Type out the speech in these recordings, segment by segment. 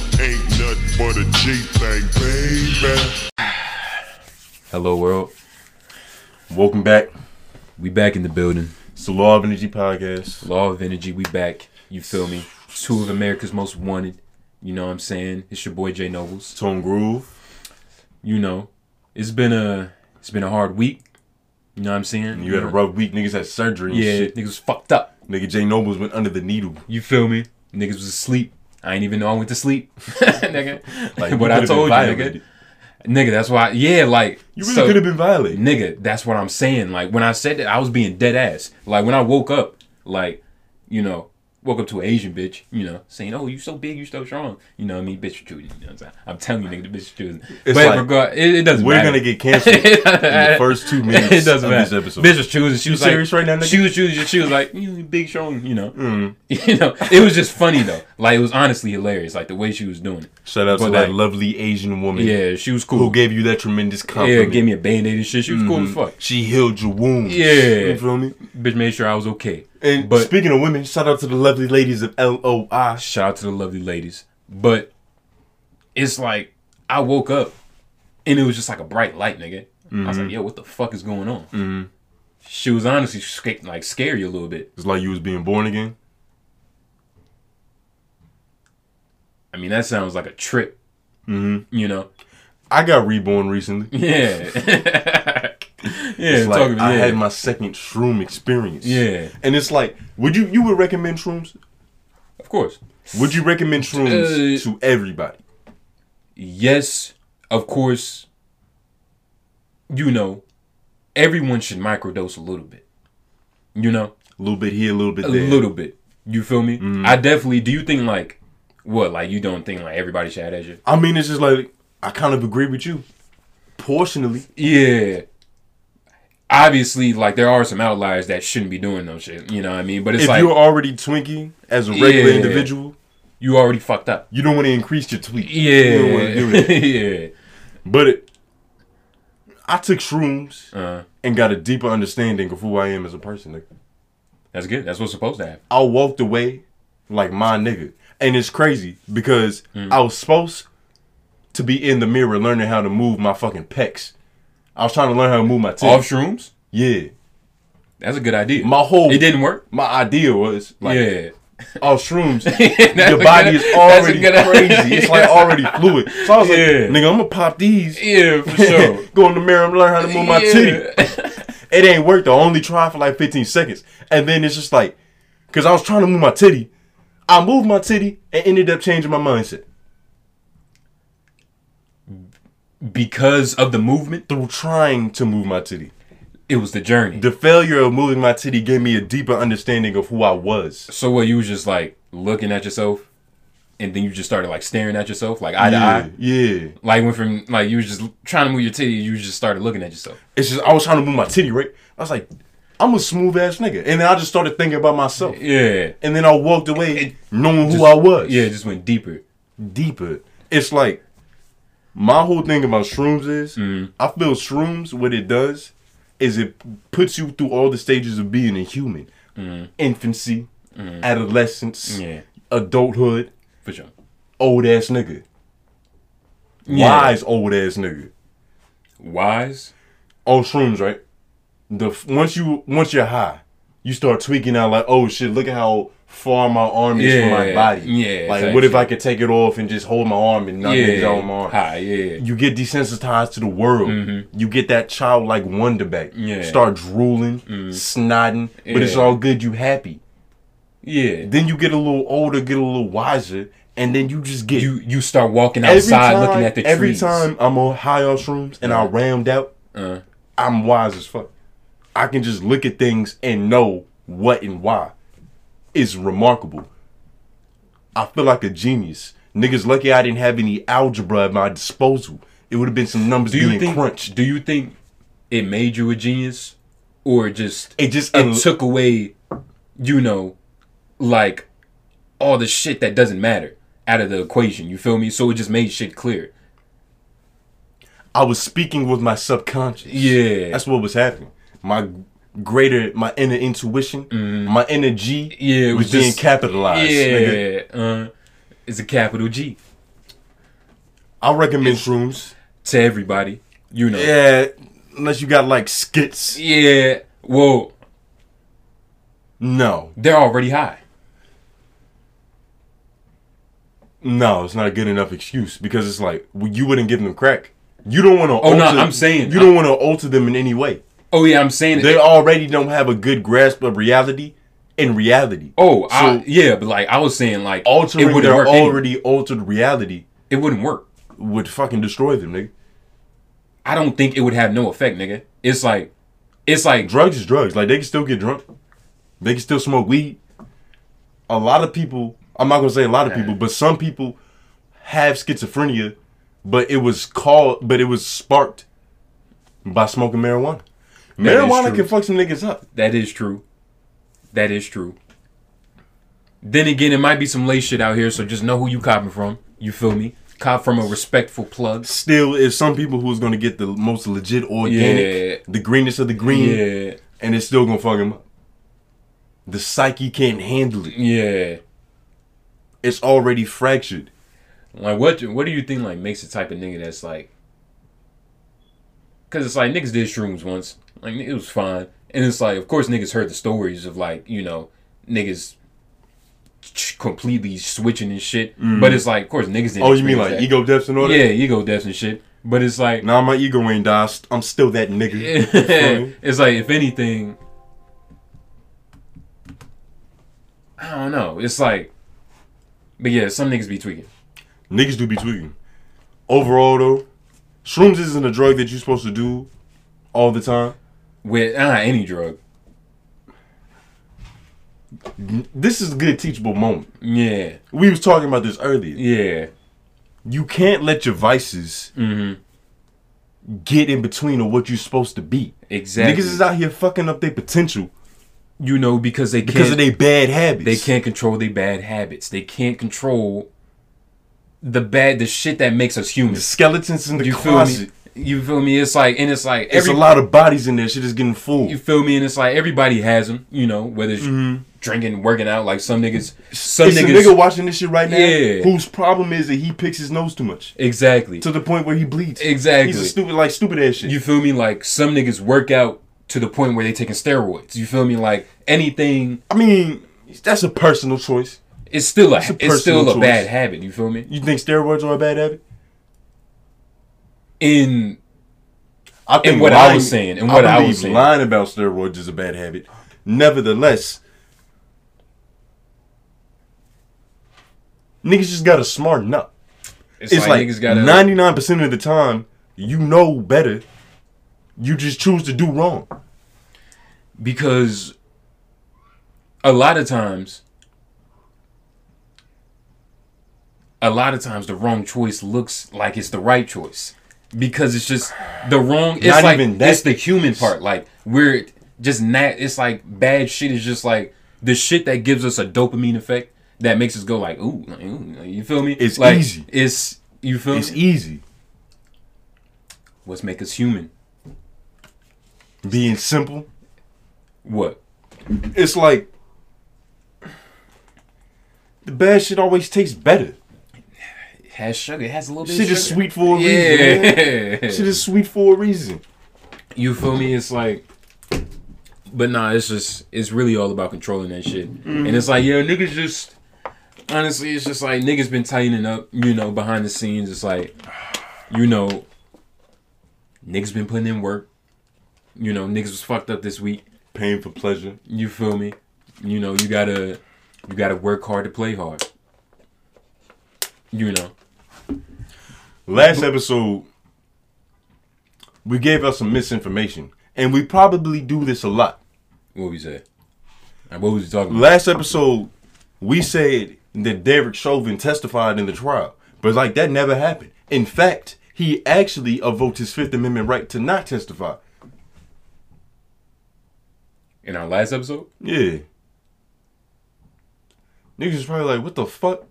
Ain't nothing but a G thing, baby. Hello, world. Welcome back. We back in the building. It's the Law of Energy podcast. Law of Energy, we back. You feel me? Two of America's most wanted. You know what I'm saying? It's your boy Jay Nobles. Tone Groove. You know, it's been a it's been a hard week. You know what I'm saying? You had a rough week. Niggas had surgery and Yeah, shit. niggas was fucked up. Nigga Jay Nobles went under the needle. You feel me? Niggas was asleep. I ain't even know I went to sleep, nigga. Like you what I could've told you, been nigga. violated. Nigga, that's why. Yeah, like You really so- could have been violated. nigga, that's what I'm saying. Like when I said that, I was being dead ass. Like when I woke up, like, you know, woke up to an Asian bitch, you know, saying, "Oh, you so big, you so strong." You know what I mean? Bitch, you choosing. You know what I'm saying? I'm telling you, nigga, the bitch you choosing. It's but like, regard, it, it doesn't We're matter. gonna get canceled in the first two minutes it doesn't of matter. this episode. Bitch was choosing. She was like, serious right now, nigga? She was choosing. She was like, you know, big, strong. You know, Mm-hmm. you know. It was just funny though. Like it was honestly hilarious. Like the way she was doing it. Shout out to But that like- lovely Asian woman Yeah, she was who cool. gave you that tremendous Yeah, compliment. gave me a band aid and shit. She was cool as fuck. she healed your wounds. Yeah. You feel me? Bitch made sure I was okay. And But- speaking of women, shout out to the lovely ladies of LOI. Shout out to the lovely ladies. But it's like I woke up and it was just like a bright light, nigga. I Mm-hmm. was like, yo, what the fuck is going on? She was honestly sca- like scary a little bit. It's like you was being born again. I mean, that sounds like a trip. Mm-hmm. You know? I got reborn recently. Yeah. yeah, It's like talking, I yeah. had my second shroom experience. Yeah. And it's like, would you you would recommend shrooms? of course. Would you recommend shrooms Uh, to everybody? Yes, of course. You know, everyone should microdose a little bit. You know? A little bit here, a little bit a there. little bit. You feel me? Mm-hmm. I definitely. Do you think like what? Like you don't think like everybody should have that shit? I mean, it's just like I kind of agree with you. Portionally, Yeah. Obviously, like there are some outliers that shouldn't be doing those shit. You know what I mean? But it's if like you're already twinky as a regular Yeah. individual, you already fucked up. you don't want to increase your tweet. Yeah, You don't want to do that. yeah. But it, I took shrooms Uh, and got a deeper understanding of who I am as a person. nigga. that's good. That's what's supposed to happen. I walked away like my nigga. And it's crazy because Mm. I was supposed to be in the mirror learning how to move my fucking pecs. I was trying to learn how to move my Off tits. shrooms. yeah. That's a good idea. My whole it didn't work. my idea was like yeah. off shrooms, That's a your body good- is that's a already good- crazy. It's like already fluid. So I was Yeah. like, nigga, I'm gonna pop these. Yeah, for sure. Go in the mirror and learn how to move my titty. It ain't worked. I only tried for like 15 seconds, and then it's just like, cause I was trying to move my titty. I moved my titty and ended up changing my mindset Because of the movement, through trying to move my titty. it was the journey. The failure of moving my titty gave me a deeper understanding of who I was. So what you was just like looking at yourself, and then you just started like staring at yourself, like eye to yeah, eye. yeah. Like went from like you was just trying to move your titty, you just started looking at yourself. It's just I was trying to move my titty, right? I was like, I'm a smooth ass nigga. And then I just started thinking about myself. Yeah, And then I walked away It- knowing who I was. yeah, it just went deeper. Deeper. It's like my whole thing about shrooms is Mm-hmm. I feel shrooms, what it does is it puts you through all the stages of being a human. Infancy, adolescence, Mm-hmm. Yeah, adulthood, for sure. old ass nigga. Yeah. Wise old ass nigga. Wise. on shrooms, right? The f- once you once you're high, you start tweaking out like, oh shit, look at how far my arm is from my Yeah, body. yeah, Like, what if exactly. I could take it off and just hold my arm and not Yeah, niggas on my arm? Hi, yeah, You get desensitized to the world. You get that childlike wonder back. Mm-hmm. Yeah. Mm. Start drooling, snotting, but it's Yeah. all good. You happy. yeah. Then you get a little older, get a little wiser, and then you just get You you start walking outside looking at the trees. Uh-huh. every time I'm on high on shrooms and I rammed out, Uh. I'm wise as fuck. I can just look at things and know what and why. It's remarkable. I feel like a genius. Niggas lucky I didn't have any algebra at my disposal. It would have been some numbers Do you being think? crunched. Do you think it made you a genius, or just It just it took away, you know, like all the shit that doesn't matter out of the equation. You feel me? So it just made shit clear. I was speaking with my subconscious. Yeah. That's what was happening. My greater, my inner intuition, my inner G Mm-hmm. Yeah, it was, was being just- capitalized. nigga. yeah. Uh, it's a capital G. I recommend shrooms. to everybody. You know. Yeah, unless you got like skits. Yeah. Well, No, they're already high. no, it's not a good enough excuse because it's like well, you wouldn't give them crack. You don't want to. Oh, no, I'm saying- you don't want to alter them in any way. Oh yeah, I'm saying it. They already don't have a good grasp of reality and reality. oh, so- I, yeah, but like I was saying, like it altering wouldn't their work. anyway. already altered reality It wouldn't work. would fucking destroy them, nigga. I don't think it would have no effect, nigga. It's like, it's like Drugs is drugs. Like they can still get drunk. They can still smoke weed. A lot of people, I'm not gonna say a lot of people, but some people have schizophrenia, but it was called but it was sparked by smoking marijuana. That is Marijuana true. can fuck some niggas up. that is true. That is true. Then again, it might be some late shit out here, so just know who you copping from. You feel me? Cop from a respectful plug. Still is some people who's gonna get the most legit organic, Yeah. the greenest of the green, Yeah, and it's still gonna fuck him up. The psyche can't handle it. yeah. It's already fractured. Like what? What do you think like makes the type of nigga that's like? Cause it's like niggas did shrooms once, like it was fine, and it's like of course niggas heard the stories of like you know niggas ch- completely switching and shit, but it's like of course niggas didn't. Mm-hmm. Oh, you mean like experience ego depths and all that. that? Yeah, ego deaths and shit, but it's like Nah, my ego ain't died. St- I'm still that nigga. You feel me? it's like if anything, I don't know. It's like, but yeah, some niggas be tweaking. Niggas do be tweaking. Overall, though, shrooms isn't a drug that you're supposed to do all the time. with uh, any drug. This is a good teachable moment. Yeah, We was talking about this earlier. yeah, You can't let your vices Mm-hmm. get in between of what you're supposed to be. exactly. Niggas is out here fucking up their potential you know, because they because can't, of they, their bad habits. can't control their bad habits. They can't control the bad, the shit that makes us human. The skeletons in the You feel closet. me? You feel me? It's like, and it's like It's every, a lot of bodies in there. Shit is getting full. You feel me? And it's like everybody has them. You know, whether it's drinking, working out, like some niggas, some Mm-hmm. it's niggas. a nigga watching this shit right now Yeah. whose problem is that he picks his nose too much exactly. to the point where he bleeds. Exactly. He's a stupid, like stupid ass shit. You feel me? Like some niggas work out to the point where they taking steroids. You feel me? Like anything I mean, that's a personal choice. it's still a, it's, a personal still a choice. bad habit. You feel me? You think steroids are a bad habit? In I think what I was saying, and what I was believe saying. lying about steroids is a bad habit. Nevertheless, niggas just gotta smarten up. it's, It's like niggas gotta ninety nine percent of the time, you know better. You just choose to do wrong. because a lot of times, a lot of times the wrong choice looks like it's the right choice because it's just the wrong. It's Not like even that. it's the human part. Like we're just not. It's like bad shit is just like the shit that gives us a dopamine effect that makes us go like ooh, like, ooh like, you feel me? It's like, easy. It's you feel It's me? easy What's make us human? being simple. What? It's like the bad shit always tastes better. has sugar. It has a little bit. Shit of is sugar. sweet for a reason. man. Shit Yeah. is sweet for a reason. you feel me? It's like, but nah, it's just it's really all about controlling that shit. And it's like, yeah, niggas just honestly, it's just like niggas been tightening up. You know, behind the scenes, it's like, you know, niggas been putting in work. You know, niggas was fucked up this week. Pain for pleasure. You feel me? You know, you gotta you gotta work hard to play hard. You know. Last episode, we gave us some misinformation, and we probably do this a lot. What we say? Uh, What was you talking about? Last episode, we said that Derek Chauvin testified in the trial, but like that never happened. In fact, he actually invoked his Fifth Amendment right to not testify. In our last episode? Yeah. Niggas is probably like, what the fuck?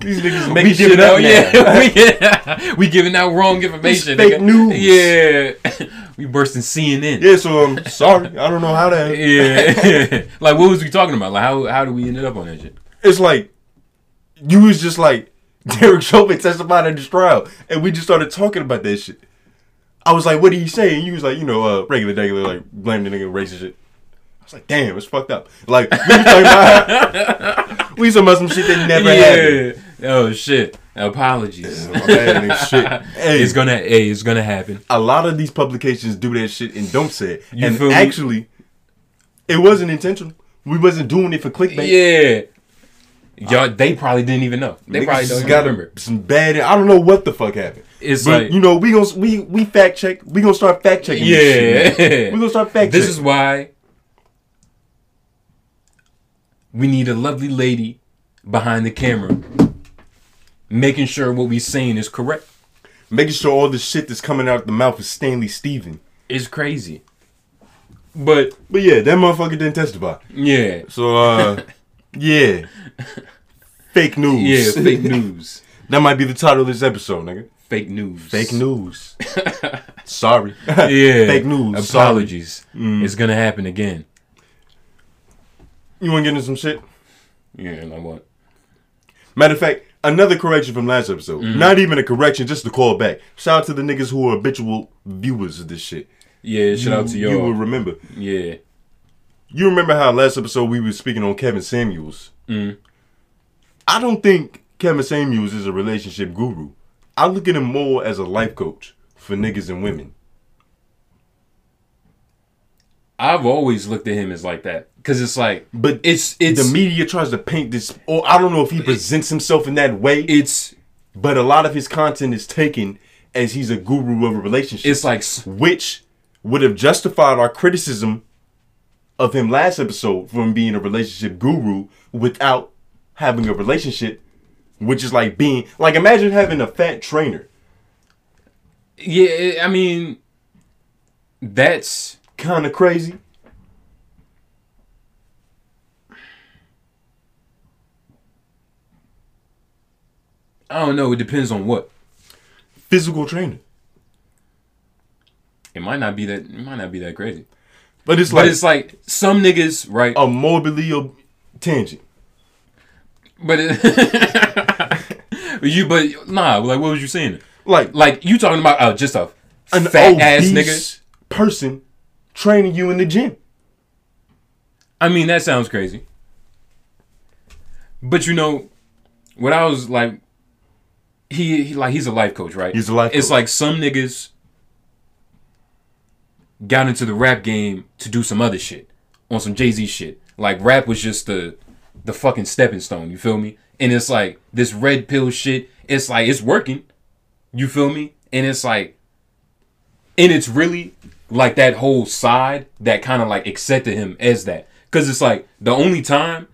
These niggas making we shit giving up out, now. yeah, we, yeah, we giving out wrong information. It's fake nigga. Yeah, we bursting CNN. Yeah, so I'm sorry. I don't know how that. Yeah, like what was we talking about? Like how how did we end up on that shit? It's like you was just like Derek Chauvin testified at his trial, and we just started talking about that shit. I was like, "What are you saying?" You was like, "You know, uh, regular, regular, like blame the nigga racist shit." I was like, "Damn, it's fucked up." Like we was talking about, we talking about some shit that never happened. yeah. Oh shit. Apologies. My bad and shit. Hey, It's gonna. Hey, it's gonna happen. a lot of these publications do that shit and don't say it. You and feel me? actually, it wasn't intentional. We wasn't doing it for clickbait. Yeah. Y'all, they probably didn't even know. They Niggas probably just don't even got remember. some bad. I don't know what the fuck happened. It's but like- you know we gonna we we fact check. We gonna start fact checking. this shit, Yeah. man. we gonna start fact This is checking. why we need a lovely lady behind the camera making sure what we're saying is correct. making sure all the shit that's coming out the mouth is Stanley Steven. It's crazy. But But yeah, that motherfucker didn't testify. yeah. So uh, yeah, fake news. Yeah, fake news. that might be the title of this episode, nigga. Fake news. Fake news. Sorry. Yeah. Fake news. Mm. Sorry. Apologies. It's gonna happen again. You want to get into some shit? Yeah, like what? Matter of fact, another correction from last episode. Mm-hmm. Not even a correction, just a call back. Shout out to the niggas who are habitual viewers of this shit. Yeah, shout out to You will y'all. remember. yeah. You remember how last episode we were speaking on Kevin Samuels? Mm-hmm. I don't think Kevin Samuels is a relationship guru. I look at him more as a life coach for niggas and women. I've always looked at him as like that. Cause it's like But it's it's the media tries to paint this, or I don't know if he presents himself in that way, it's but a lot of his content is taken as he's a guru of a relationship. it's like s- which would have justified our criticism of him last episode from being a relationship guru without having a relationship, which is like being like imagine having a fat trainer. yeah. it- I mean, that's Kind of crazy. I don't know. It depends on what. Physical trainer. It might not be that. It might not be that crazy. But it's But like Oh. it's like some niggas, right? a morbidly ob- tangent. But it, but you, but nah. Like, what was you saying? Like, Like you talking about uh, just a an fat obese ass nigga? person training you in the gym. I mean, that sounds crazy. But you know, what I was like, he, he like he's a life coach, right? He's a life It's coach. like some niggas got into the rap game to do some other shit, on some Jay Z shit. Like rap was just the the fucking stepping stone. You feel me? And it's like this red pill shit. It's like it's working. You feel me? And it's like, and it's really like that whole side that kind of like accepted him as that. Cause it's like the only time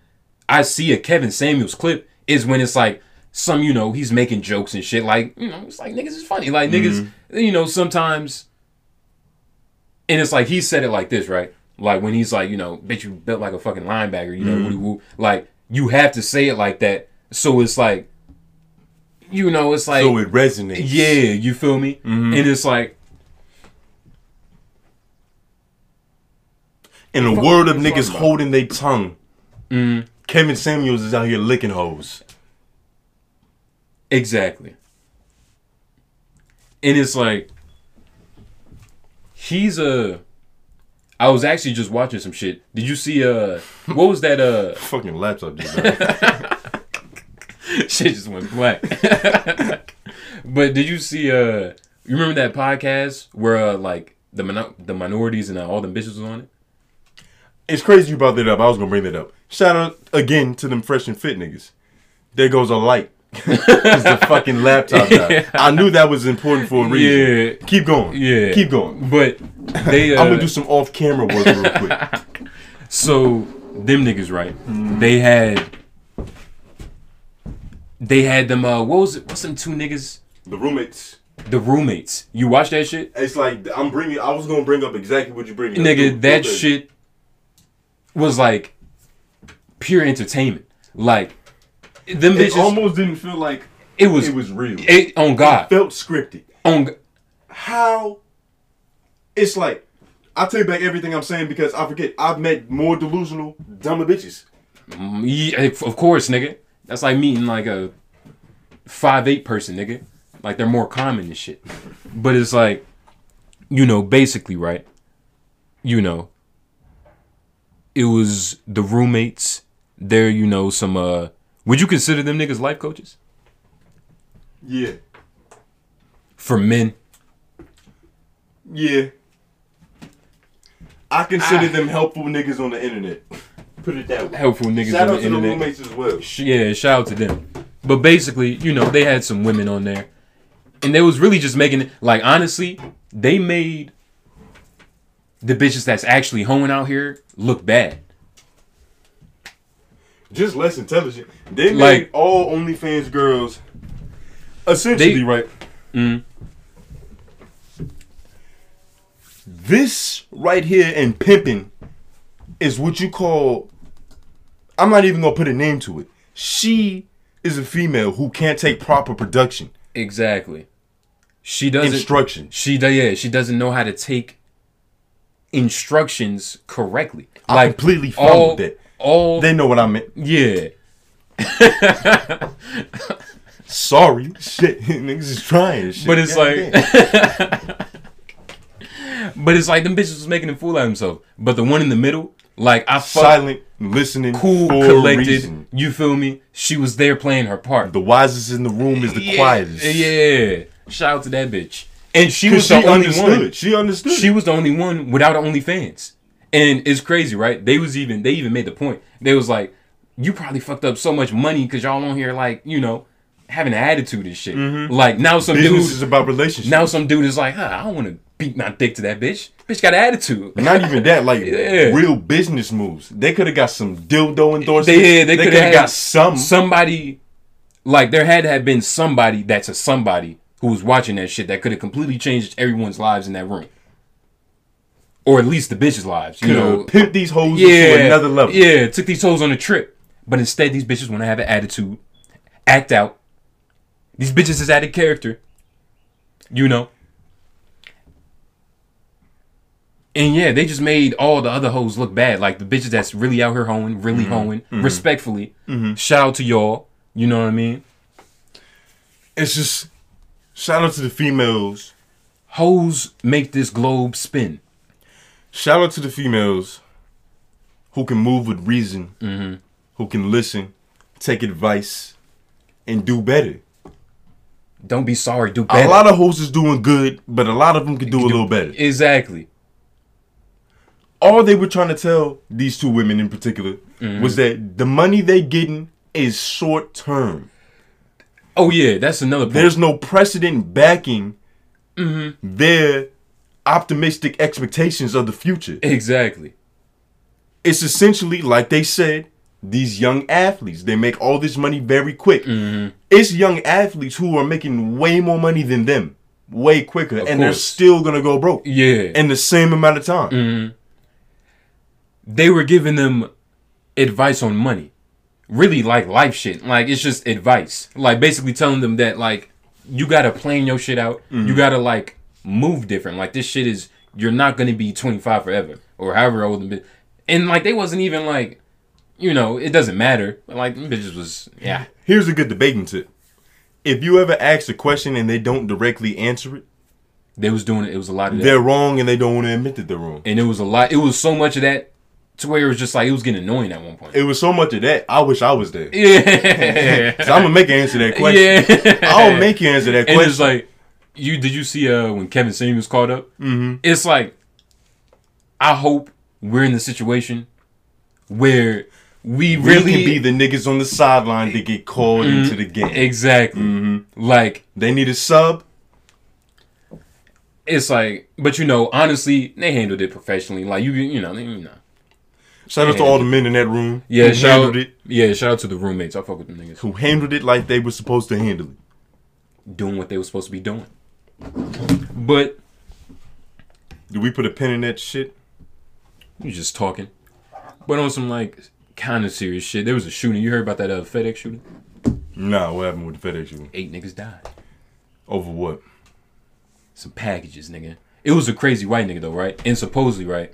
I see a Kevin Samuels clip is when it's like some, you know, he's making jokes and shit. Like, you know, it's like niggas is funny. Like niggas, Mm-hmm. you know, sometimes. And it's like he said it like this, right? Like when he's like, you know, bitch, you built like a fucking linebacker, you know, woo Mm-hmm. woo. Like you have to say it like that. So it's like, you know, it's like So it Mm-hmm. resonates. yeah, you feel me? And it's like, In a world of fuck niggas about. Mm. holding their tongue, Kevin Samuels is out here licking hoes. exactly. And it's like, he's a. I was actually just watching some shit. Did you see, uh, what was that, uh, Fucking laptop just died. shit just went black. but did you see, uh, you remember that podcast where, uh, like, the, mon- the minorities and uh, all the bitches was on it? It's crazy you brought that up. I was gonna bring that up. Shout out again to them fresh and fit niggas. There goes a light. it's the fucking laptop. died. I knew that was important for a reason. Yeah. Keep going. Yeah. Keep going. But they, uh, I'm gonna do some off camera work real quick. So them niggas, right? They had they had them. Uh, what was it? What's them two niggas? the roommates. The roommates. You watch that shit, It's like I'm bringing. I was gonna bring up exactly what you bring. nigga. That shit was like pure entertainment. Like them It bitches. almost didn't feel like it was. it was real. It It on God. felt scripted. On G- how it's like I take back everything I'm saying because I forget I've met more delusional, dumber bitches. yeah, of course, nigga. That's like meeting like a five eight person, nigga. Like they're more common and shit. But it's like, you know, basically, right? You know, it was the roommates. There, you know, some. uh Would you consider them niggas life coaches Yeah. for men? Yeah. I consider them helpful niggas on the internet. Ah. Put it that way. Helpful niggas Shout on out the to the internet. roommates as well. Sh- yeah, shout out to them. But basically, you know, they had some women on there, and they was really just making it. Like honestly, they made the bitches that's actually hoeing out here look bad. Just less intelligent. They made Like- all OnlyFans girls essentially right. Mm-hmm. This right here and pimping is what you call. I'm not even gonna put a name to it. She is a female who can't take proper production Exactly. She doesn't. instruction. she do- yeah. She doesn't know how to take instructions correctly. I completely followed all that. all They know what I meant. yeah. Sorry, shit. Niggas is trying. and Shit. But it's Goddamn. like, but it's like them bitches was making a fool out of himself. But the one in the middle, like I fuck, silent, listening, cool, for a collected. reason. You feel me? She was there playing her part. The wisest in the room is the yeah, quietest. Yeah. Shout out to that bitch. And she 'Cause was she the only understood. one. She understood. She was the only one without OnlyFans. And it's crazy, right? They was even they even made the point. They was like, "You probably fucked up so much money because y'all on here like you know having an attitude and shit." Mm-hmm. Like now some Business dudes is about relationships. Now some dude is like, huh, I don't want to beat my dick to that bitch. Bitch got attitude. not even that, like Yeah. real business moves. They could have got some dildo endorsements. They, yeah, they, could coulda have got some. Somebody, like there had to have been somebody that's a somebody who was watching that shit that could have completely changed everyone's lives in that room, or at least the bitches' lives. You You know, know, pimp these hoes yeah, to another level. Yeah, took these hoes on a trip, but instead these bitches want to have an attitude, act out. These bitches is added character, you know. And yeah, they just made all the other hoes look bad. Like the bitches that's really out here hoeing, really Mm-hmm. hoeing, respectfully. Shout out to y'all. You know what I mean? It's just shout out to the females. Hoes make this globe spin. Shout out to the females who can move with reason, who can listen, take advice, and do better. Don't be sorry, do better. A lot of hoes is doing good, but a lot of them could do a little better. exactly. all they were trying to tell these two women in particular was that the money they getting is short term. Oh yeah, that's another point. There's no precedent backing their optimistic expectations of the future. exactly. It's essentially like they said, these young athletes, they make all this money very quick. Mm-hmm. It's young athletes who are making way more money than them, way quicker, and they're course. still gonna go broke Yeah. Mm-hmm. in the same amount of time. they were giving them advice on money. Really like life shit. Like it's just advice. Like basically telling them that like you gotta plan your shit out. Mm-hmm. You gotta like move different. Like this shit is you're not gonna be twenty five forever or however old the bitch. And like they wasn't even like you know, it doesn't matter. Like them bitches was yeah. Here's a good debating tip. If you ever ask a question and they don't directly answer it, They was doing it, it was a lot of that. they're wrong and they don't want to admit that they're wrong. and it was a lot it was so much of that to where it was just like it was getting annoying at one point. It was so much of that, I wish I was there. yeah. So I'm gonna make you answer that question. yeah. I'll make you answer that And question. it's like, you did you see uh when Kevin Samuels called up? Mm-hmm. It's like, I hope we're in the situation where we we really can be the niggas on the sideline that get called into the game. exactly Mm-hmm. like they need a sub. it's like, but you know, honestly, they handled it professionally. Like you, you know, they- you know. Shout out to all the men in that room Yeah, who handled shout out, it, yeah, shout out to the roommates. I fuck with them niggas who handled it like they were supposed to handle it. doing what they were supposed to be doing. But Did we put a pin in that shit? you just talking. But on some like kind of serious shit, there was a shooting. You heard about that uh, FedEx shooting? Nah, what happened with the FedEx? shooting? Eight niggas died. Over what? some packages, nigga. It was a crazy white nigga though, right? And supposedly, right?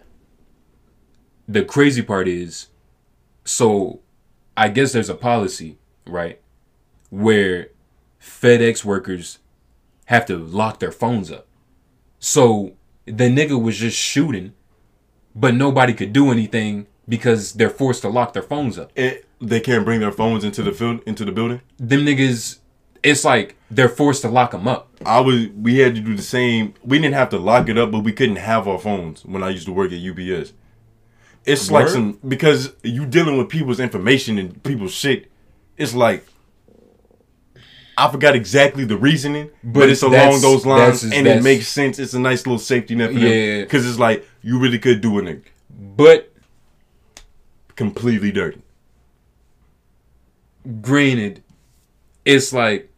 The crazy part is, so I guess there's a policy, right, where FedEx workers have to lock their phones up. So the nigga was just shooting, but nobody could do anything because they're forced to lock their phones up. And they can't bring their phones into the field into the building. Them niggas, it's like they're forced to lock them up. I was we had to do the same. We didn't have to lock it up, but we couldn't have our phones when I used to work at UPS. It's like Word? some because you dealing with people's information and people's shit. It's like I forgot exactly the reasoning, but, But it's that's- along those lines, that's- and that's- it makes sense. It's a nice little safety net for Yeah. because it's like you really could do it But completely dirty. granted, it's like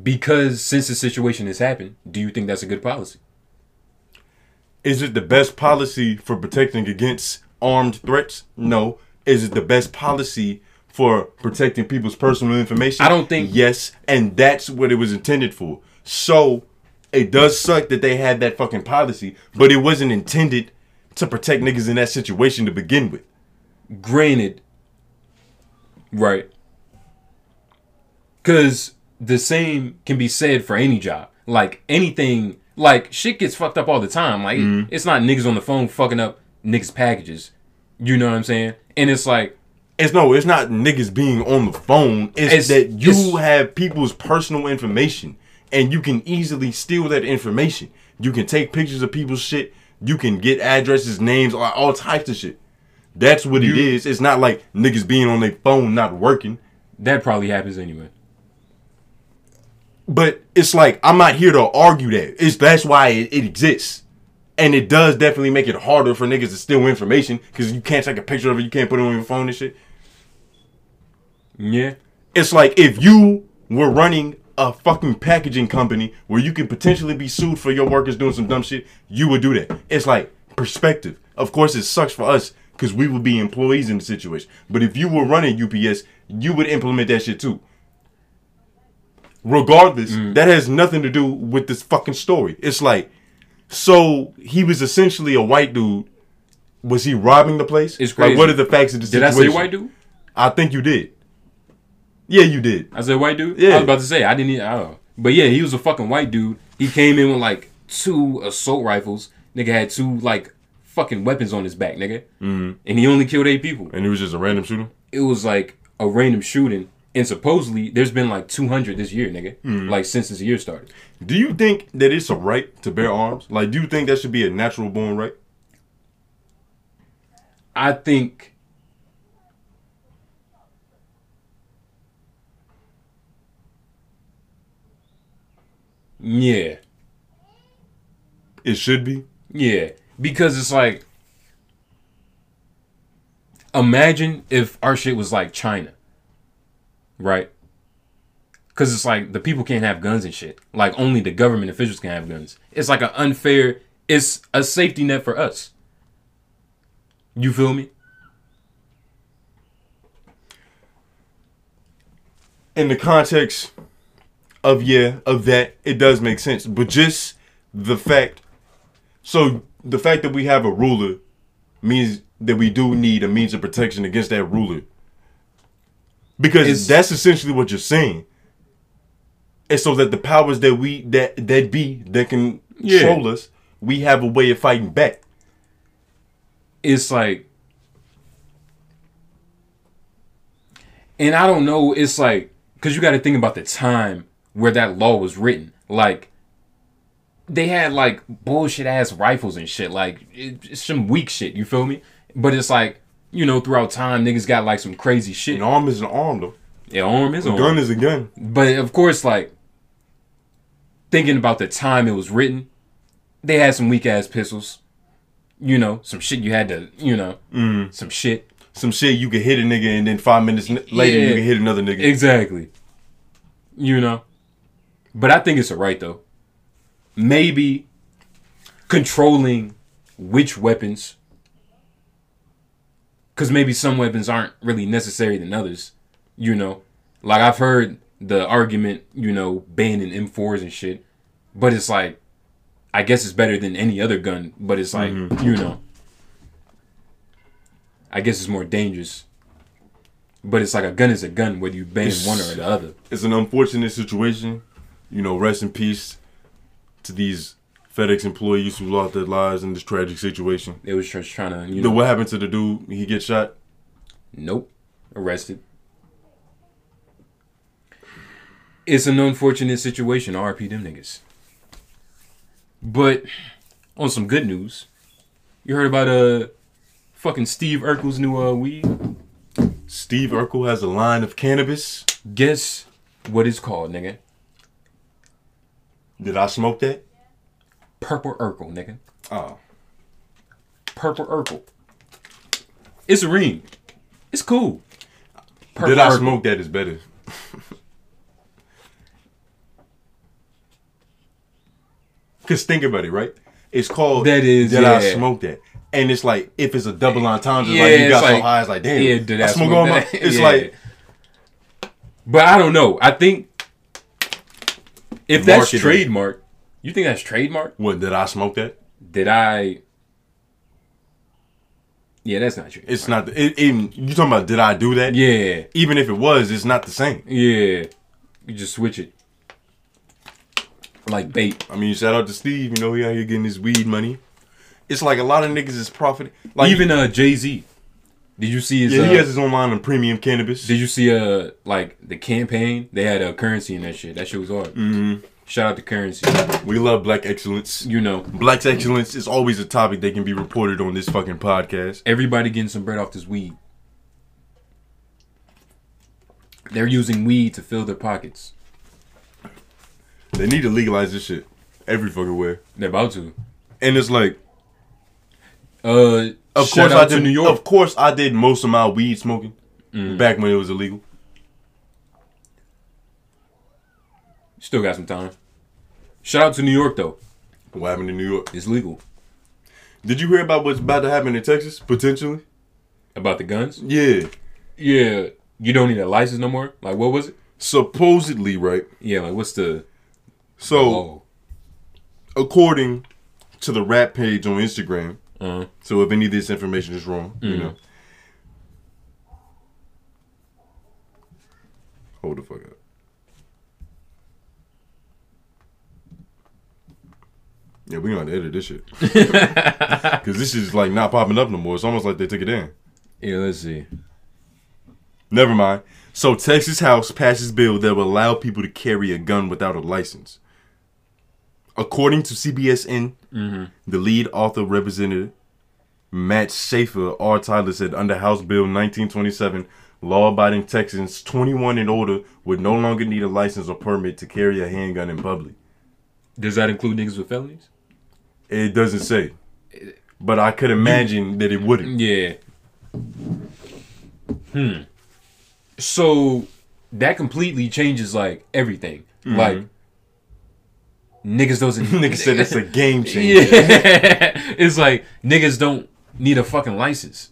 because since the situation has happened, do you think that's a good policy? Is it the best policy for protecting against armed threats? No. Is it the best policy for protecting people's personal information? I don't think- Yes, and that's what it was intended for. So it does suck that they had that fucking policy, but it wasn't intended to protect niggas in that situation to begin with. Granted, right? Because the same can be said for any job. Like anything, like shit gets fucked up all the time. Like it's not niggas on the phone fucking up niggas' packages. You know what I'm saying? And it's like It's no, it's not niggas being on the phone. It's- It's, that you it's- have people's personal information and you can easily steal that information. You can take pictures of people's shit. You can get addresses, names, all, all types of shit. That's what it is. It's not like niggas being on their phone not working. that probably happens anyway. But it's like I'm not here to argue that. It's that's why it, it exists. And it does definitely make it harder for niggas to steal information because you can't take a picture of it, you can't put it on your phone and shit. Yeah. It's like if you were running a fucking packaging company where you could potentially be sued for your workers doing some dumb shit, you would do that. It's like perspective. Of course, it sucks for us because we would be employees in the situation. But if you were running UPS, you would implement that shit too. Regardless, Mm. that has nothing to do with this fucking story. It's like, so he was essentially a white dude. Was he robbing the place? It's Like, what crazy. are the facts of the Did I situation? say white dude? I think you did. Yeah, you did. I said white dude. I Yeah. was about to say I didn't. Even, I don't know. But yeah, he was a fucking white dude. He came in with like two assault rifles. Nigga had two like fucking weapons on his back, nigga. Mm-hmm. And he only killed eight people. And it was just a random shooting? It was like a random shooting. And supposedly there's been like 200 this year, nigga. Like since this year started. Do you think that it's a right to bear arms? Like, do you think that should be a natural born right? I think Yeah. It should be. Yeah, because it's like, imagine if our shit was like China, right? Because it's like the people can't have guns and shit. Like only the government officials can have guns. It's like an unfair. It's a safety net for us. You feel me? In the context of, yeah, of that, it does make sense. But just the fact, so the fact that we have a ruler means that we do need a means of protection against that ruler. Because It's- that's essentially what you're saying. And so that the powers that we that that be that can Yeah. control us, we have a way of fighting back. it's like and i don't know it's like because you got to think about the time where that law was written like they had like bullshit ass rifles and shit like it, it's some weak shit you feel me but it's like you know throughout time niggas got like some crazy shit An arm is an arm though. yeah arm is on Gun is a gun. but of course, like thinking about the time it was written, they had some weak ass pistols. You know, some shit you had to, you know, some shit. Some shit you could hit a nigga and then five minutes n- later Yeah. you can hit another nigga. Exactly. You know, but I think it's a right though. Maybe controlling which weapons, because maybe some weapons aren't really necessary than others. You know, like I've heard the argument, you know, banning M4s and shit, but it's like, I guess it's better than any other gun, but it's like, Mm-hmm. you know, I guess it's more dangerous. But it's like a gun is a gun, whether you ban one or the other. It's an unfortunate situation. You know, rest in peace to these FedEx employees who lost their lives in this tragic situation. They was just trying to, you Then know, what happened to the dude? He get shot. nope, arrested. It's an unfortunate situation. RP them niggas. But on some good news, you heard about uh fucking Steve Urkel's new uh weed. Steve Urkel has a line of cannabis. Guess what it's called, nigga? Did I smoke that? Purple Urkel, nigga. Oh, Purple Urkel. It's a ring. It's cool. Purple did I Urkel. smoke that is better. Cause think about it, right? It's called That is, Did I yeah. smoke that? And it's like if it's a double entendre, Yeah, like you got it's so like, high, it's like damn. yeah, did I, smoke, all that? my? It's Yeah. like But I don't know. I think if that's Marketing. trademark, you think that's trademark? what? Did I smoke that? Did I? Yeah, that's not true. It's not. It, even you talking about? Did I do that? Yeah, Even if it was, it's not the same. yeah. You just switch it, like bait. I mean, shout out to Steve. You know he out here getting his weed money. It's like a lot of niggas is profiting. Like Even uh Jay Z. Did you see his? yeah, uh, he has his own line of premium cannabis. Did you see uh like the campaign? They had a currency in that shit. That shit was hard. Mm-hmm. Shout out to currency. We love black excellence. You know, Black's excellence is always a topic that can be reported on this fucking podcast. everybody getting some bread off this weed. They're using weed to fill their pockets. They need to legalize this shit every fucking way. They're about to. And it's like, Uh, of shout out course I did. to New York. Mm-hmm. Of course I did most of my weed smoking back when it was illegal. Still got some time. Shout out to New York though. What happened in New York? It's legal Did you hear about what's about to happen in Texas potentially? about the guns. Yeah. Yeah, you don't need a license no more. Like what was it? Supposedly, right? Yeah, like what's the So. oh according to the rap page on Instagram. Uh-huh. Mm-hmm. So if any of this information is wrong, you know. Hold the fuck up. Yeah, we gonna edit this shit. Cause this is like not popping up no more. It's almost like they took it down. yeah? Let's see. Never mind. So Texas House passes bill that will allow people to carry a gun without a license. According to CBSN, the lead author representative Matt Schaefer R. Tyler said under House Bill 1927, law-abiding Texans 21 and older would no longer need a license or permit to carry a handgun in public. Does that include niggas with felonies? It doesn't say, but I could imagine that it wouldn't. Yeah. Hmm. So that completely changes like everything. Like niggas doesn't Nigga Mm-hmm. said it's a game changer. Yeah. it's like niggas don't need a fucking license.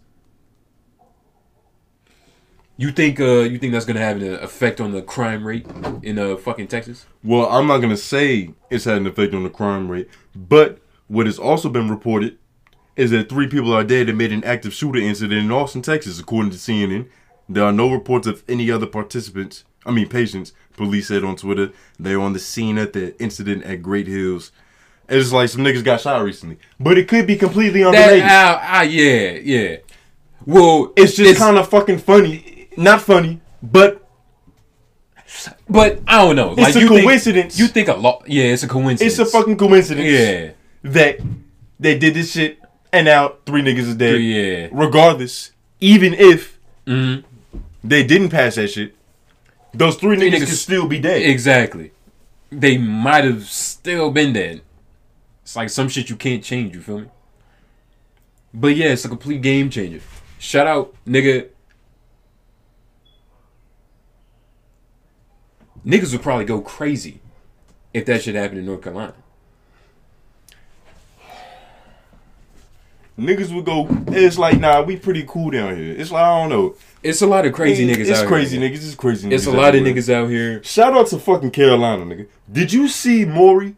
You think uh you think that's gonna have an effect on the crime rate in uh fucking Texas? Well, I'm not gonna say it's had an effect on the crime rate, but what has also been reported is that three people are dead amid an active shooter incident in Austin, Texas, according to CNN. There are no reports of any other participants. I mean, patients. Police said on Twitter they were on the scene at the incident at Great Hills. It's like some niggas got shot recently, but it could be completely That unrelated. ah, ah yeah yeah. Well, it's just kind of fucking funny, not funny, but But I don't know. It's a coincidence. Think, you think a lot? Yeah, it's a coincidence. it's a fucking coincidence. yeah, that they did this shit and now three niggas is dead. yeah. Regardless, even if they didn't pass that shit, those three, niggas, Mm-hmm. niggas could could- still be dead. Exactly. They might have still been dead. It's like some shit you can't change. You feel me? But yeah, it's a complete game changer. Shout out, nigga. Niggas would probably go crazy if that shit happened in North Carolina. niggas would go. It's like nah, we pretty cool down here. It's like I don't know. It's a lot of crazy niggas. Mm, It's out crazy here. niggas. It's crazy. niggas It's a lot of everywhere. niggas out here. Shout out to fucking Carolina, nigga. Did you see Maury?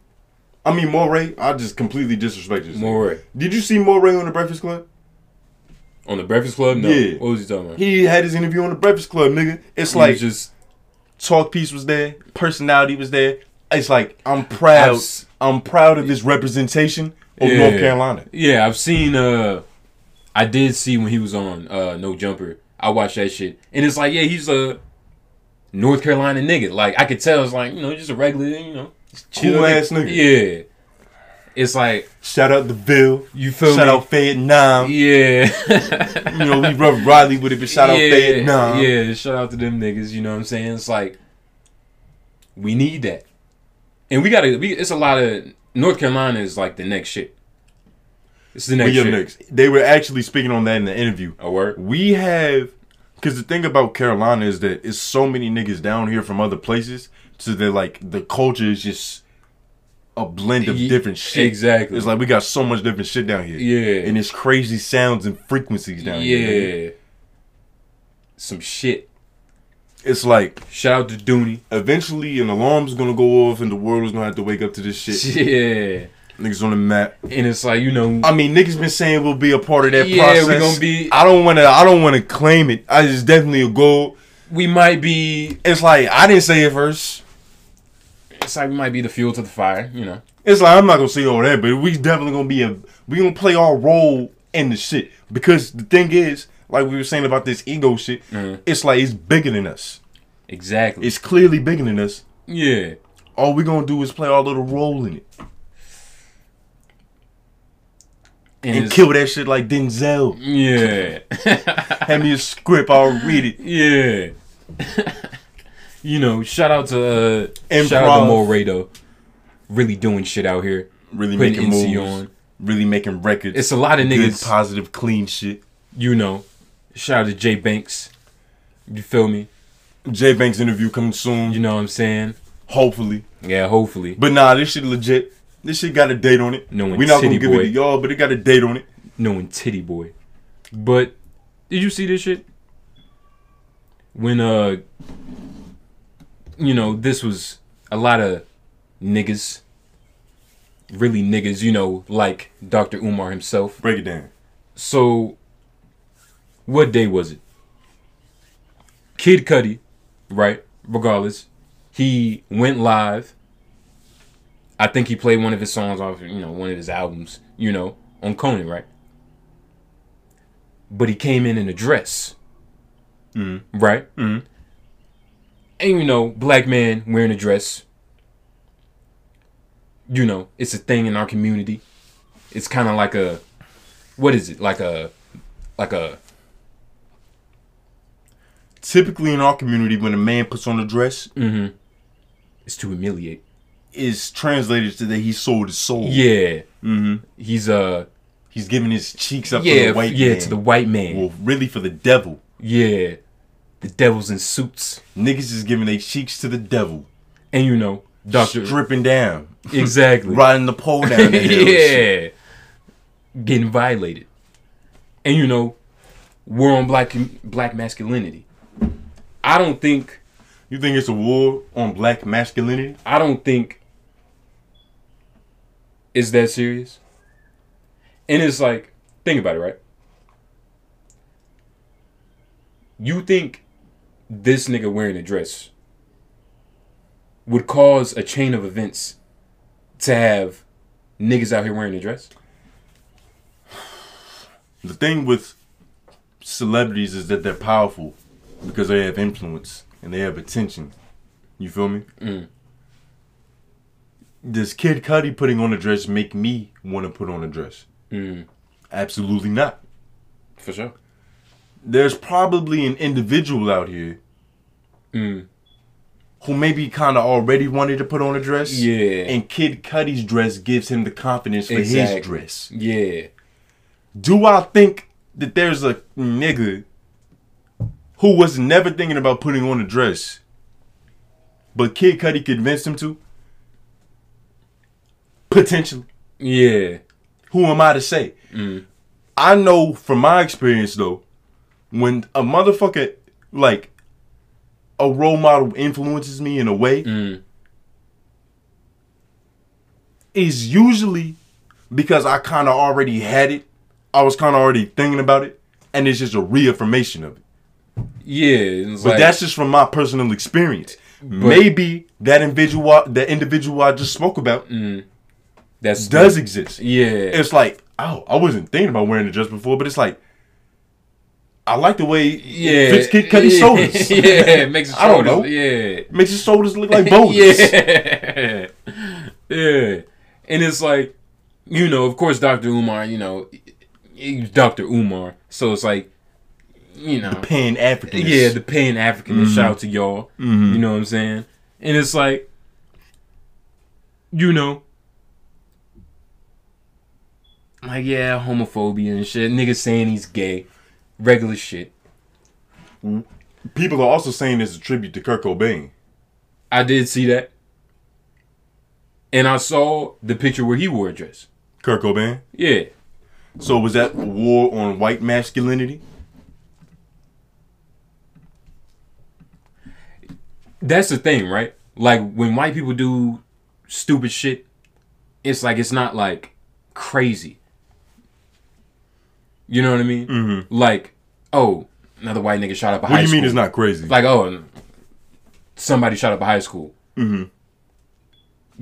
I mean Moray. I just completely disrespected. this nigga. More. Did you see Moray on the Breakfast Club? On the Breakfast Club? No. Yeah. What was he talking about? He, He had his interview on the Breakfast Club, nigga. It's like was just talk piece was there, personality was there. It's like I'm proud. Abs- I'm proud of this representation of Yeah. North Carolina. Yeah, I've seen uh I did see when he was on uh No Jumper. I watched that shit. And it's like, yeah, he's a North Carolina nigga. Like I could tell it's like, you know, just a regular, you know, chill Cool ass nigga. Yeah. It's like Shout out the Ville. you feel Shout me? out Vietnam. Yeah. You know, we rub Riley with it, but shout out Vietnam. Yeah, shout out to them niggas. You know what I'm saying? It's like we need that, and we gotta. We, it's a lot of North Carolina is like the next shit. It's the next We up shit. next. They were actually speaking on that in the interview. A word. We have, because the thing about Carolina is that it's so many niggas down here from other places, so that like the culture is just a blend of Ye- different shit. exactly. It's like we got so much different shit down here. Yeah. And it's crazy sounds and frequencies down here. nigga. yeah. Some shit. It's like Shout out to Dooney. eventually an alarm's gonna go off and the world is gonna have to wake up to this shit. Yeah. Niggas on the map. And it's like you know. I mean, niggas been saying we'll be a part of that Yeah, we process. gonna be- I don't wanna. I don't wanna claim it. I just definitely a goal. we might be. It's like I didn't say it first. It's like we might be the fuel to the fire. You know. It's like I'm not gonna say all that, but we definitely gonna be a we gonna play our role in the shit because the thing is, like we were saying about this ego shit, it's like it's bigger than us. Exactly. It's clearly bigger than us. yeah. All we gonna do is play our little role in it And, and it's- kill that shit like Denzel. Yeah. Hand me a script, I'll read it. Yeah. you know, shout out to uh, shout out to Improv. Morado, really doing shit out here. Really Putting making NC moves, on. really making records. It's a lot of good, niggas. positive, clean shit. You know, shout out to Jay Banks. You feel me? J Banks interview coming soon, You know what I'm saying? hopefully. Yeah, hopefully. But nah, this shit legit. This shit got a date on it. Knowing We're not City gonna give Boy. it to y'all, but it got a date on it. Knowing Titty Boy. But did you see this shit? When uh, you know, this was a lot of niggas, really niggas. You know, like Dr. Umar himself. Break it down. So, what day was it? Kid Cudi, right? Regardless, he went live. I think he played one of his songs off, you know, one of his albums, you know, on Conan, right? But he came in in a dress, right? Mm. And you know, black man wearing a dress. You know, it's a thing in our community. It's kind of like a what is it like a like a typically in our community, when a man puts on a dress, it's to humiliate is translated to that he sold his soul. yeah mm-hmm. he's uh He's giving his cheeks up yeah to the white yeah man. to the white man well, really for the devil. yeah the devil's in suits Niggas is giving their cheeks to the devil, and you know doctor stripping down, exactly riding the pole down the hill. and shit. yeah getting violated and you know we're on black com- black masculinity i don't think You think it's a war on black masculinity? I don't think it's that serious. And it's like, think about it, right? You think this nigga wearing a dress would cause a chain of events to have niggas out here wearing a dress? The thing with celebrities is that they're powerful because they have influence and they have attention. You feel me? Mm. Does Kid Cudi putting on a dress make me want to put on a dress? Mm, Absolutely not. For sure. There's probably an individual out here Mm. who maybe kind of already wanted to put on a dress. Yeah. And Kid Cudi's dress gives him the confidence for Exactly. his dress. Yeah. Do I think that there's a nigga who was never thinking about putting on a dress, but Kid Cudi convinced him to? Potentially. Yeah. Who am I to say? I know from my experience though, when a motherfucker like a role model influences me in a way, Mm. is usually because I kind of already had it. I was kind of already thinking about it. and it's just a reaffirmation of it. Yeah, it's But like, that's just from my personal experience. Maybe that individual, that individual I just spoke about, that's does exist. Mm-hmm. yeah. It's like, oh, I wasn't thinking about wearing it just before, but it's like, I like the way yeah, yeah, fits Kid Cudi's shoulders. Yeah, it makes his I don't shoulders. know. Yeah, Makes his shoulders look like boulders. Yeah. yeah. And it's like, you know, of course, Dr. Umar, you know, he's Dr. Umar. So it's like, you know. Pan Mm-hmm. African. Yeah, the pan African. Shout out to y'all. Mm-hmm. You know what I'm saying? And it's like, you know, like, yeah, homophobia and shit. Niggas saying he's gay. Regular shit. people are also saying it's a tribute to Kurt Cobain. I did see that. And I saw the picture where he wore a dress. Kurt Cobain. Yeah. So was that war on white masculinity? that's the thing, right? Like when white people do stupid shit, it's like it's not like crazy. You know what I mean? Mm-hmm. Like, oh, another white nigga shot up a Mm. What high do you school. mean it's not crazy? Like, oh, somebody shot up a high school. Mm-hmm.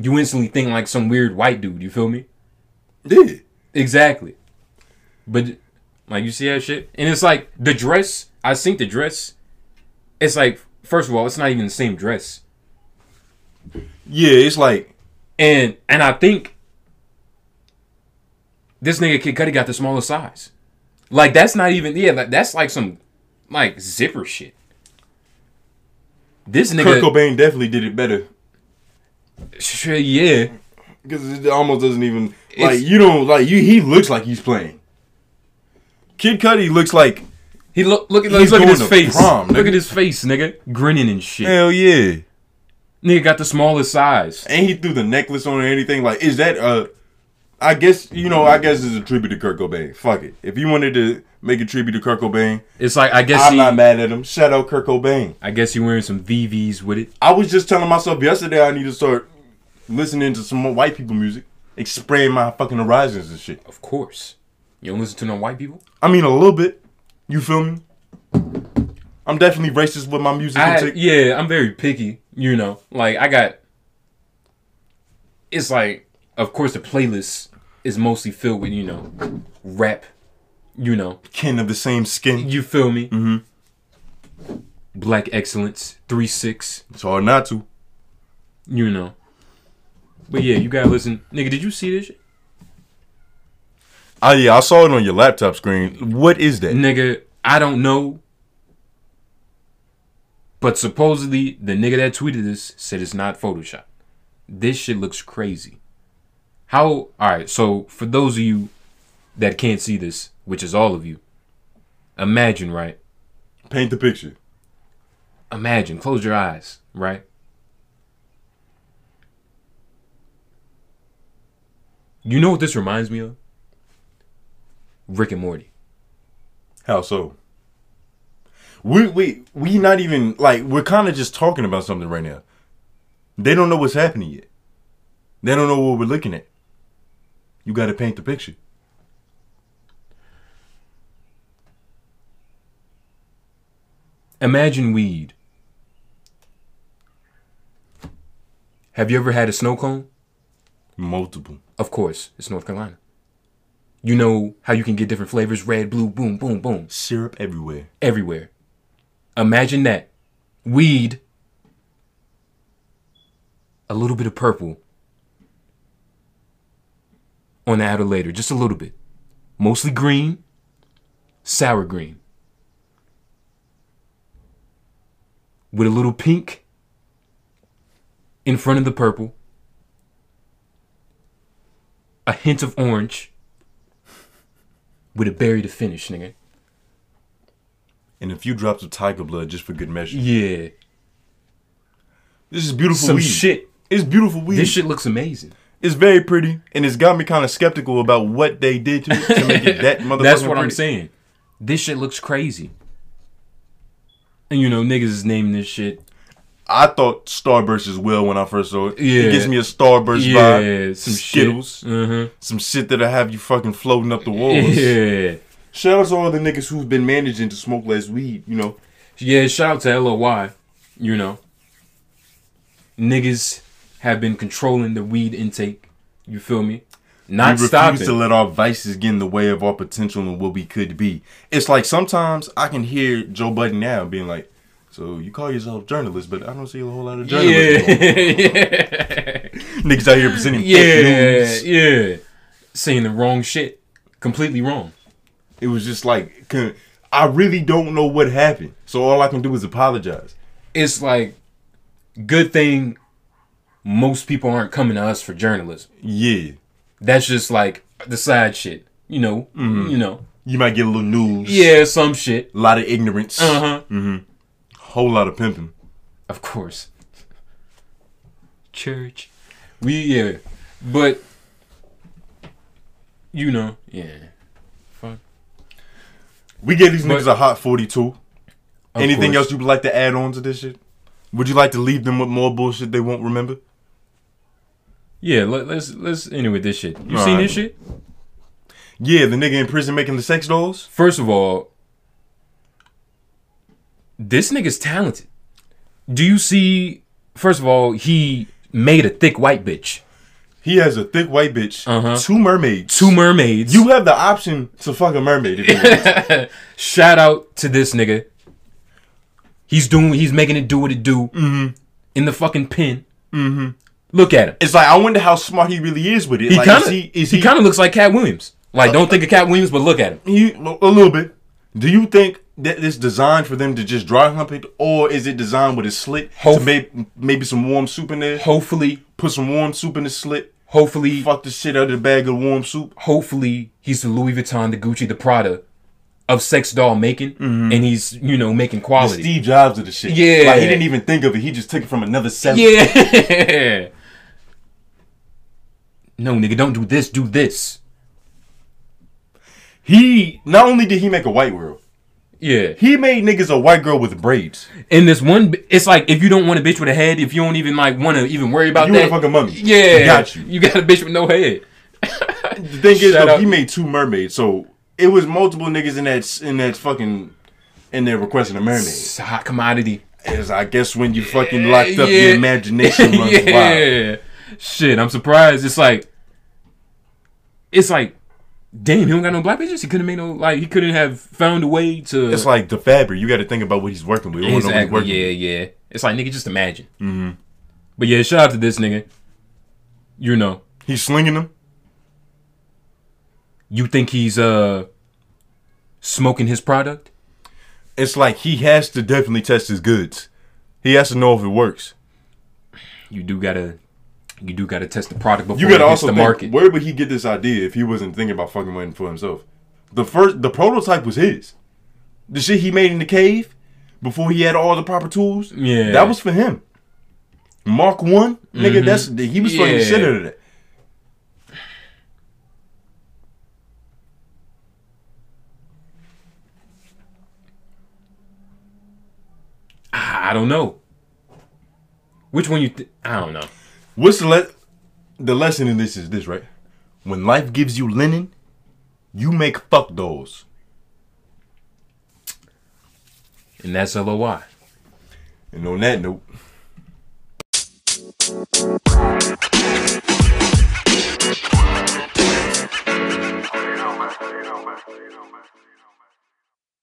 You instantly think like some weird white dude. You feel me? yeah. Exactly. But like you see that shit, and it's like the dress. I think the dress. It's like first of all, it's not even the same dress. Yeah, it's like And and I think this nigga Kid Cudi got the smallest size. Like that's not even yeah. Like, that's like some like zipper shit. This nigga, Kurt Cobain definitely did it better sure, yeah, because it almost doesn't even like It's- you don't like you. He looks like he's playing. Kid Cudi looks like he look look at He's look at going his to face. prom, look nigga. at his face, nigga, grinning and shit. hell yeah, Nigga got the smallest size. and he threw the necklace on or anything. Like, is that uh? I guess you know. I guess it's a tribute to Kurt Cobain. Fuck it. If you wanted to make a tribute to Kurt Cobain, It's like I guess I'm he, not mad at him. Shout out Kurt Cobain. I guess you wearing some VVs with it. I was just telling myself yesterday I need to start listening to some more white people music, expand my fucking horizons and shit. Of course, you don't listen to no white people. I mean, a little bit. You feel me? I'm definitely racist with my music. I, intake. yeah, I'm very picky, you know. Like I got it's like of course the playlist is mostly filled with, you know, rap, you know. Kin of the same skin. You feel me? Mm-hmm. Black Excellence, three six, It's hard not to. you know. But yeah, you gotta listen. Nigga, did you see this shit? Oh yeah, I saw it on your laptop screen. What is that? Nigga, I don't know. But supposedly the nigga that tweeted this said it's not Photoshop. This shit looks crazy. How alright, so for those of you that can't see this, which is all of you, imagine, right? Paint the picture. Imagine, close your eyes, right? You know what this reminds me of? Rick and Morty. How so? We we we not even like we're kind of just talking about something right now. They don't know what's happening yet. They don't know what we're looking at. You got to paint the picture. Imagine weed. Have you ever had a snow cone? Multiple. Of course, it's North Carolina. You know how you can get different flavors red, blue, boom, boom, boom, Syrup everywhere. everywhere. Imagine that. Weed. A little bit of purple. On the outer later, just a little bit. Mostly green, sour green. With a little pink in front of the purple. A hint of orange. With a berry to finish, nigga. And a few drops of tiger blood just for good measure. Yeah. This is beautiful Some weed. shit. It's beautiful weed. This shit looks amazing. It's very pretty, and it's got me kind of skeptical about what they did to, it to make it that motherfucking That's what I'm pretty. saying. This shit looks crazy. And you know, niggas is naming this shit. I thought Starburst as well when I first saw it. Yeah. It gives me a Starburst Yeah, vibe. some Skittles. shit. Uh-huh. Some shit that'll have you fucking floating up the walls. Yeah. Shout out to all the niggas who's been managing to smoke less weed, you know. Yeah, shout out to LOY. You know, niggas have been controlling the weed intake. You feel me? Not we stopping. refuse to let our vices get in the way of our potential and what we could be. It's like sometimes I can hear Joe Budden now being like, "So you call yourself journalist, but I don't see a whole lot of journalists. yeah, Niggas out here presenting yeah, fake news. yeah. Saying the wrong shit, completely wrong. It was just like, can, I really don't know what happened. So all I can do is apologize. It's like good thing most people aren't coming to us for journalism. Yeah, That's just like the side shit. You know, you know. you might get a little news. Yeah, some shit. a lot of ignorance, Uh huh. whole lot of pimping. Of course. Church. We yeah. But you know, yeah. We gave these But- niggas a hot forty-two. Of Anything course. else you would like to add on to this shit? Would you like to leave them with more bullshit they won't remember? Yeah, let, let's let's end it with this shit. You seen Alright. this shit? Yeah, the nigga in prison making the sex dolls. First of all, this nigga's talented. Do you see? First of all, he made a thick white bitch, He has a thick white bitch, Uh-huh. two mermaids. two mermaids. You have the option to fuck a mermaid. If you want. Shout out to this nigga. He's doing. He's making it do what it do. Mm-hmm. In the fucking pen. Mm-hmm. Look at him. it's like I wonder how smart he really is with it. He like, kind is of. he, He, Uh, is he, kind of looks like Cat Williams. Like, don't think of Cat Williams, but look at him. he- a little bit. Do you think that it's designed for them to just dry hump it, or is it designed with a slit Hope- to maybe maybe some warm soup in there? Hopefully, Put some warm soup in the slit. hopefully, Fuck the shit out of the bag of warm soup. hopefully, he's the Louis Vuitton, the Gucci, the Prada of sex doll making, and he's you know making quality. Mm-hmm. Steve Jobs of the shit. Yeah. like he didn't even think of it. He just took it from another seven. Yeah. no, nigga, don't do this. Do this. He not only did he make a white world, Yeah. he made niggas a white girl with braids. And this one, b- it's like if you don't want a bitch with a head, if you don't even like want to even worry about You that, want a fucking mummy. Yeah, We got you. You got a bitch with no head. The thing is, Shout though, out. he made two mermaids, so it was multiple niggas in that in that fucking in there requesting a mermaid. It's a hot commodity. As I guess when you fucking locked up, Yeah. your imagination runs wild. yeah. Shit, I'm surprised. It's like, it's like, damn, he don't got no black bitches. He couldn't make no like. He couldn't have found a way to. It's like the fabric. You got to think about what he's working with. You don't know what he's Exactly. working Yeah, with. yeah. It's like nigga, just imagine. Mm-hmm. But yeah, shout out to this nigga. You know, He's slinging them. you think he's uh smoking his product? It's like he has to definitely test his goods. He has to know if it works. You do gotta, you do gotta test the product before You it gotta hits also the think, market. where would he get this idea if he wasn't thinking about fucking one for himself? The first, the prototype was his. The shit he made in the cave before he had all the proper tools. Yeah. Mm-hmm. that was for him. Mark one, nigga. That's he was fucking the Yeah. shit out of that. I I don't know. Which one you? Th- I don't know. What's the le- the lesson in this is this right? When life gives you linen, you make fuck dolls. And that's LOI. And on that note,